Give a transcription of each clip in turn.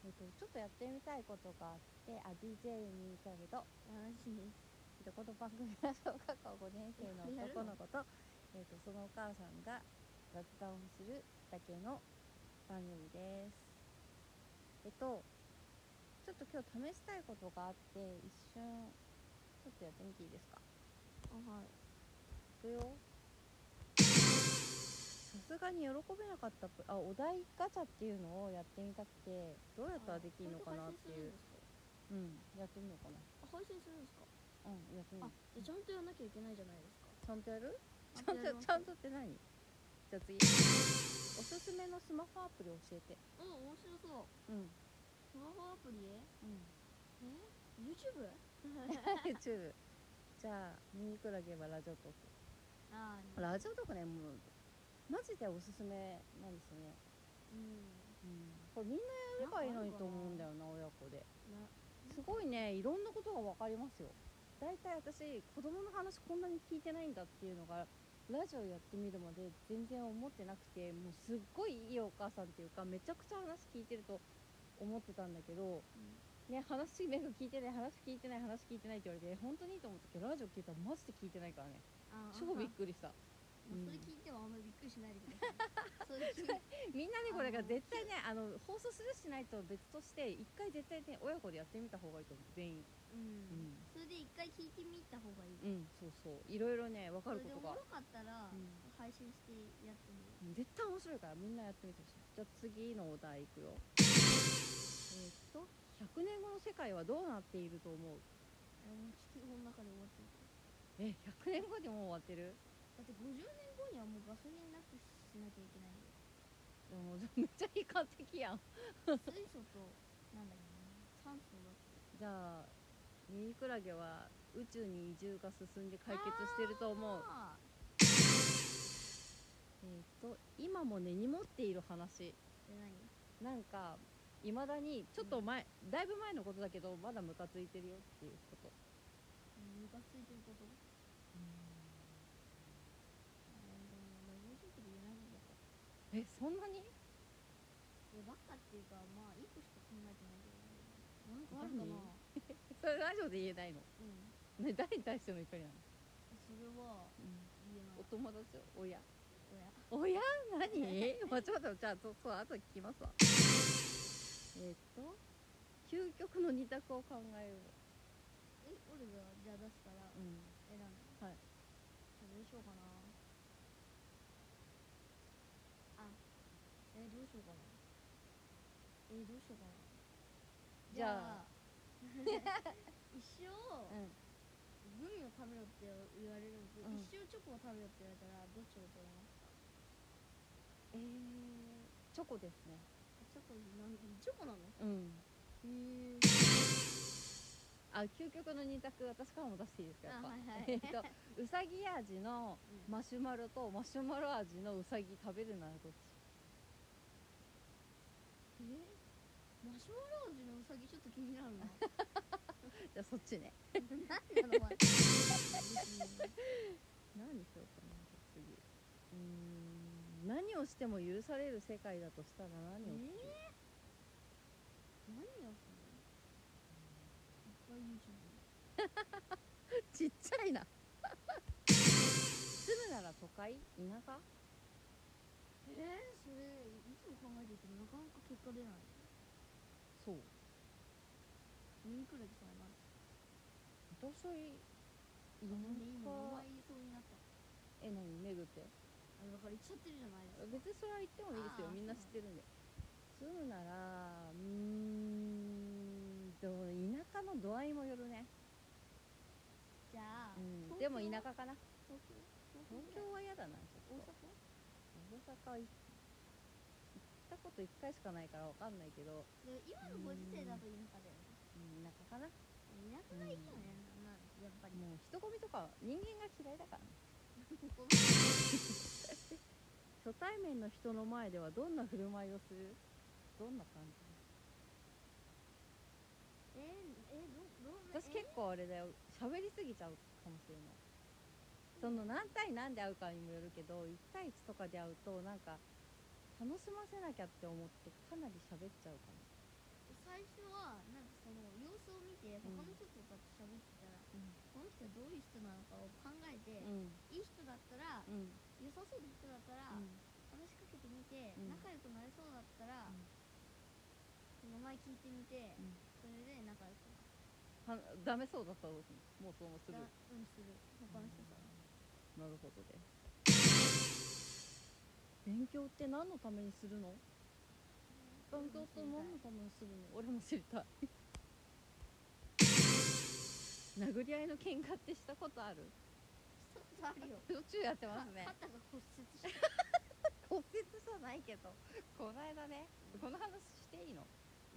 ってみたいことがあってあ DJ にいたけど話ですでこの番組は小学校5年生 の男の子と,、えー、とそのお母さんが雑談をするだけの番組ですえっとちょっと今日試したいことがあって一瞬ちょっとやってみていいですかあはいいくよさすがに喜べなかったぷあお題ガチャっていうのをやってみたくてどうやったらできるのかなっていううんやってみようか配信するんですかなうんやってみよあうじゃあちゃんとやらなきゃいけないじゃないですちゃんとやるちゃかんとややりますちゃんとって何じゃあ 次おすすめのスマホアプリ教えてうん面白そううんうんスマホアプリへえ YouTube? YouTube じゃあミニクラゲはラジオトーああクラジオトークねもうマジでおすすめなんですよね、うんうん、これみんなやればいいのにと思うんだよな親子でなすごいねいろんなことが分かりますよ大体私子供の話こんなに聞いてないんだっていうのがラジオやってみるまで全然思ってなくてもうすっごいいいお母さんっていうかめちゃくちゃ話聞いてると思ってたんだけど、ね、話なんか聞いてない話聞いてない話聞いてないって言われて本当にいいと思ったけどラジオ聞いたらマジで聞いてないからねあー超びっくりしたまあうんそれ聞いてはあんまりびっくりしないでくださいそういう気分みんなねこれあがの絶対ねあの放送するしないと別として一回絶対ね親子でやってみた方がいいと思う全員うんそれで一回聞いてみた方がいいうんそうそういろいろね分かそるれこでとおもがろかったらうん配信してやってみる絶対面白いからみんなやってみてほしいじゃあ次のお題いくよえーっと100年後の世界はどうなっていると思うあれもう地球の中で終わってるえ100年後でもう終わってるだって50年後にはもうガソリンなくしなきゃいけないよでもめっちゃ悲観的やん水素となんだっけな酸素だってじゃあミニクラゲは宇宙に移住が進んで解決してると思うあえーっと今も根に持っている話ーで何なんかいまだにちょっと前、だいぶ前のことだけどまだムカついてるよっていうことムカついてることあーでも俺もうちょっと言えないんだよえそんなに俺ばっかっていうかまあ一個しか考えてないけどなんかあるかな何それラジオで言えないの、うんね、誰に対しての怒りなの、それは言えなおい友達よ親親親何まあちょっとじゃあそうそう後で聞きますわえーっと究極の二択を考えよえ俺がじゃあ出すからう、うん、選んではいどうしようかなあえどうしようかなえどうしようかなじゃあ じゃあ一生うんグミを食べろって言われるんですけど、うん一生チョコを食べろって言われたらどっちを取れますかえー、チョコですねチョコなんチョコなのうんうんあ究極の二択私からも出していいですかやっぱ、あはいはい えーっとうさぎ味のまマシュマロとマシュマロ味のうさぎ食べるならどっちえマシュマロ味のウサギちょっと気になる なじゃあそっちね何なのお 何前しようかな次うーん何をしても許される世界だとしたら何を、えー、何をするいっぱい YouTube ちっちゃいな 住むなら都会田舎えー、それいつも考えていてもなかなか結果出ないそうミニクラゲさんは私は田なんで今お舎前言いそうになったえ何巡ってあれだから言っちゃってるじゃないですか別にそれは言ってもいいですよあーみんな知ってるんで住むならうーんでも田舎の度合いもよるね、じゃあ、うん、でも田舎かな東京東東京京は嫌だなちょ大っと大阪行ったこと1回しかないからわかんないけど、阪で今のご時世だと田舎だよねうん、田舎かなも田舎がいいよね、なんかやっぱりう人混みとか人間が嫌いだからねここ初対面の人の前ではどんな振る舞いをするどんな感じえー、えー、どどんな私結構あれだよ喋りすぎちゃうかもしれないその何対何で会うかにもよるけど1対1とかで会うとなんか楽しませなきゃって思ってかなり喋っちゃうかもえー最最初はなんかその様子を見て他の人とかと喋ってたら、この人どういう人なのかを考えて、いい人だったら、うん良さそうな人だったら、話しかけてみて、うん仲良くなりそうだったら、うん名前聞いてみて、うんそれで仲良くなるはダメそうだったらどうすんのもうそうもすぐだうんする他の人とはなるほどです勉強って何のためにするの勉強って何のためにするの俺も知りた い殴り合いの喧嘩ってしたことあるちょっとあるよしょっちゅうやってますね肩が骨折骨折してじゃないけどこないだねこの話していいの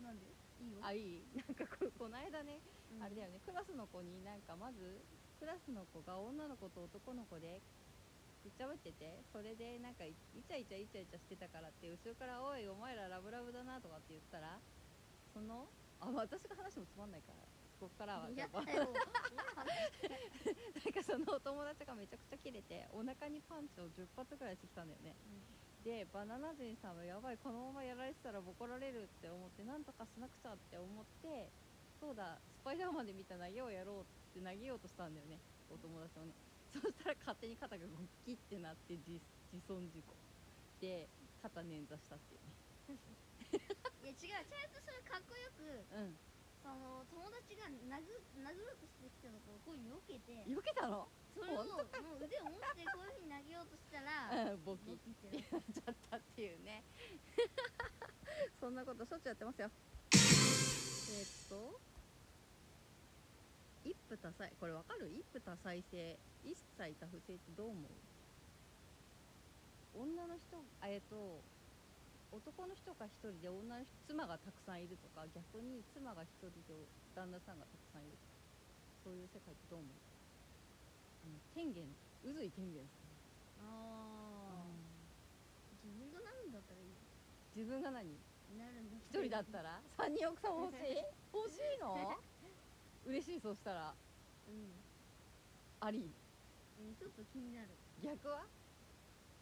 なんでいいよあいいなんかここないだねうんあれだよねクラスの子になんかまずクラスの子が女の子と男の子でいっちゃぶっててそれでなんかイイチャイチャイチャイチャしてたからって後ろから「おいお前らラブラブだな」とかって言ったらそのあ私が話もつまんないからこっからは嫌 やっぱだよなんかそのお友達がめちゃくちゃキレてお腹にパンチを10発ぐらいしてきたんだよねでバナナ人さんはやばいこのままやられてたらボコられるって思ってなんとかしなくちゃって思ってそうだスパイダーマンで見た投げをやろうって投げようとしたんだよねお友達をねそしたら勝手に肩がゴッキってなって自自損事故で肩捻挫したっていういや違うちゃんとそれかっこよくねその友達が殴殴ろうとしてきたのをこういう避けてうん避けたのそれを本もう腕を持ってこういうふうに投げようとしたうらんボキボっキっててなやっちゃったっていうね そんなことしょっちゅうやってますよえーっと一夫多妻これわかる一夫多妻制一妻多夫制ってどう思う女の人あえーっと男の人が一人で女の人妻がたくさんいるとか逆に妻が一人で旦那さんがたくさんいるとかそういう世界ってどう思うあの天元宇髄天元さんああ自分がなるんだったらいいよ自分が何なるんだっ一人だったらら三人奥さん欲しい欲しいの嬉しいそうしたらうん、ありうん、ちょっと気になる逆は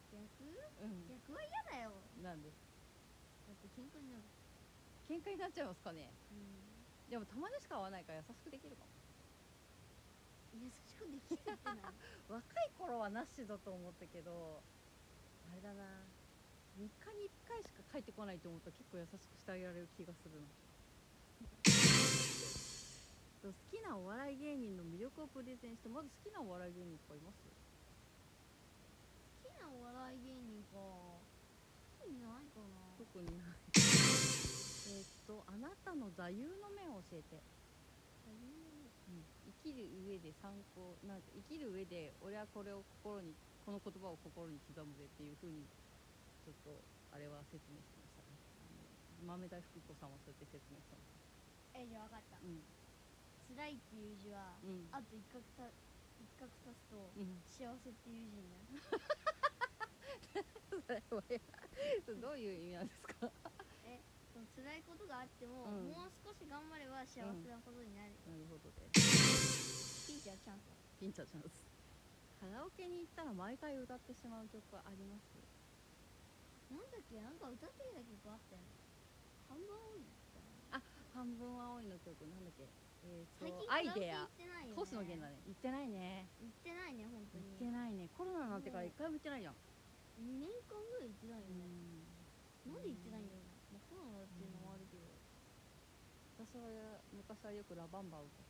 逆うん逆は嫌だよなんでだって喧嘩になる喧嘩になっちゃいますかねうんでもたまにしか会わないから優しくできるか優しくできるってなるも若い頃はなしだと思ったけどあれだな3日に1回しか帰ってこないと思ったら結構優しくしてあげられる気がする な好きなお笑い芸人の魅力をプレゼンしてまず好きなお笑い芸人とかいます好きなお笑い芸人か好きにないかな特にないえーっとあなたの座右の銘を教えて、生きる上で参考なんか生きる上で俺はこれを心にこの言葉を心に刻むぜっていうふうにちょっとあれは説明してましたねあの豆大福子さんはそうやって説明したのえじゃあ分かったうん辛いっていう字は、うんあと一角た一角足すと、うん 幸せっていう字になるそれはどういう意味なんですかなるえその辛いことがあっても、うんもう少し頑張れば幸せなことになる、ほどですピンチはチャンスだピンチャーチャンスカラオケに行ったら毎回歌ってしまう曲はありますなんだっけなんか歌ってた曲あったよね看板多いだっ半分青たよねいの曲なんだっけえー最と近アイデアカラオケ行ってないよね星野源だね行ってないね行ってないね本行当にってないねコロナになってから一回も行ってないじゃん2年間ぐらい行ってないよね、なんで行ってないんだろうね、まあ、コロナっていうのもあるけど、 私は昔はよくラバンバを歌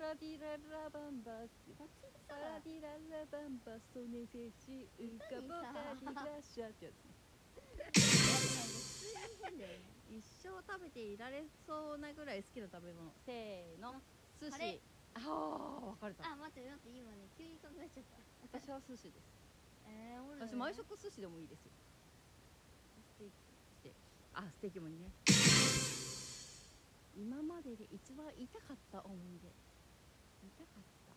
ってましたパラディララバンバってこっちでパラさディララバンバソネセシウカボカリラシャってやつねなんか普通に変だよね一生食べていられそうなぐらい好きな食べ物せーの寿カレー司ああ分かれたあ待って待って今ね急に考えちゃった私は寿司ですえー、俺私毎食寿司でもいいですよステーキあステーキもいいね今までで一番痛かった思い出痛かった、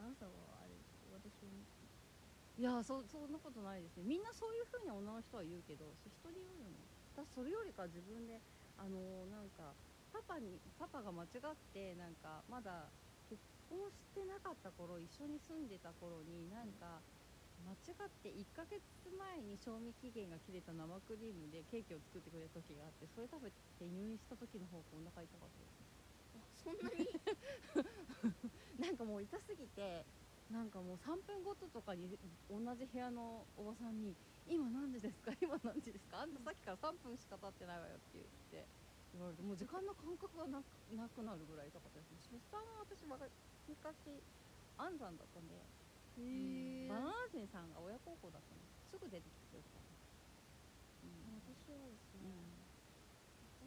あなたはあれでしょ私を見ていやそそんなことないですねみんなそういうふうに女の人は言うけどそ人によるの私それよりか自分であのーなんかパパにパパが間違ってなんかまだ結婚してなかった頃一緒に住んでた頃になんか、間違って1ヶ月前に賞味期限が切れた生クリームでケーキを作ってくれた時があってそれ食べて入院した時の方がお腹痛かったですそんななんにかもう痛すぎてなんかもう3分ごととかに同じ部屋のおばさんに「今何時ですか 今何時ですかあんたさっきから3分しか経ってないわよ」って言って言われてもう時間の感覚がなくなくなるぐらい痛かったです出産は私わが昔安産だったんでへえバナナ人さんが親孝行だったのすぐ出てきてくれたからうん私はですうね、ん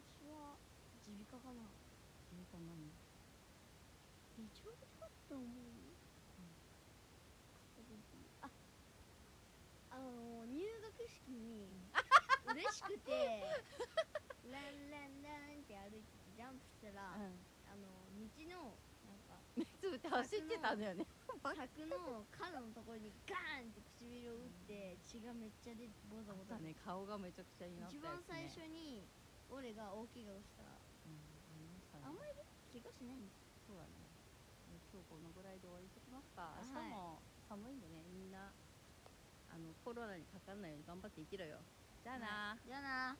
私は耳鼻科かないいかなめちゃくちゃだったと思う、ああの入学式に嬉しく てランランランって歩いてジャンプしたら、うあんの道のなんか目つぶって走ってたんだよねバカ柵の角のところにガーンって唇を打って血がめっちゃ出てボザボザだね顔がめちゃくちゃになったや一つ、ね、番最初に俺が大怪我をしたうん、ありましたねあんまり怪我しないんですそうだねえ今日このぐらいで終わりにしときますかはい明日も寒いんでねみんなあのコロナにかかんないように頑張って生きろよじゃあなじゃあな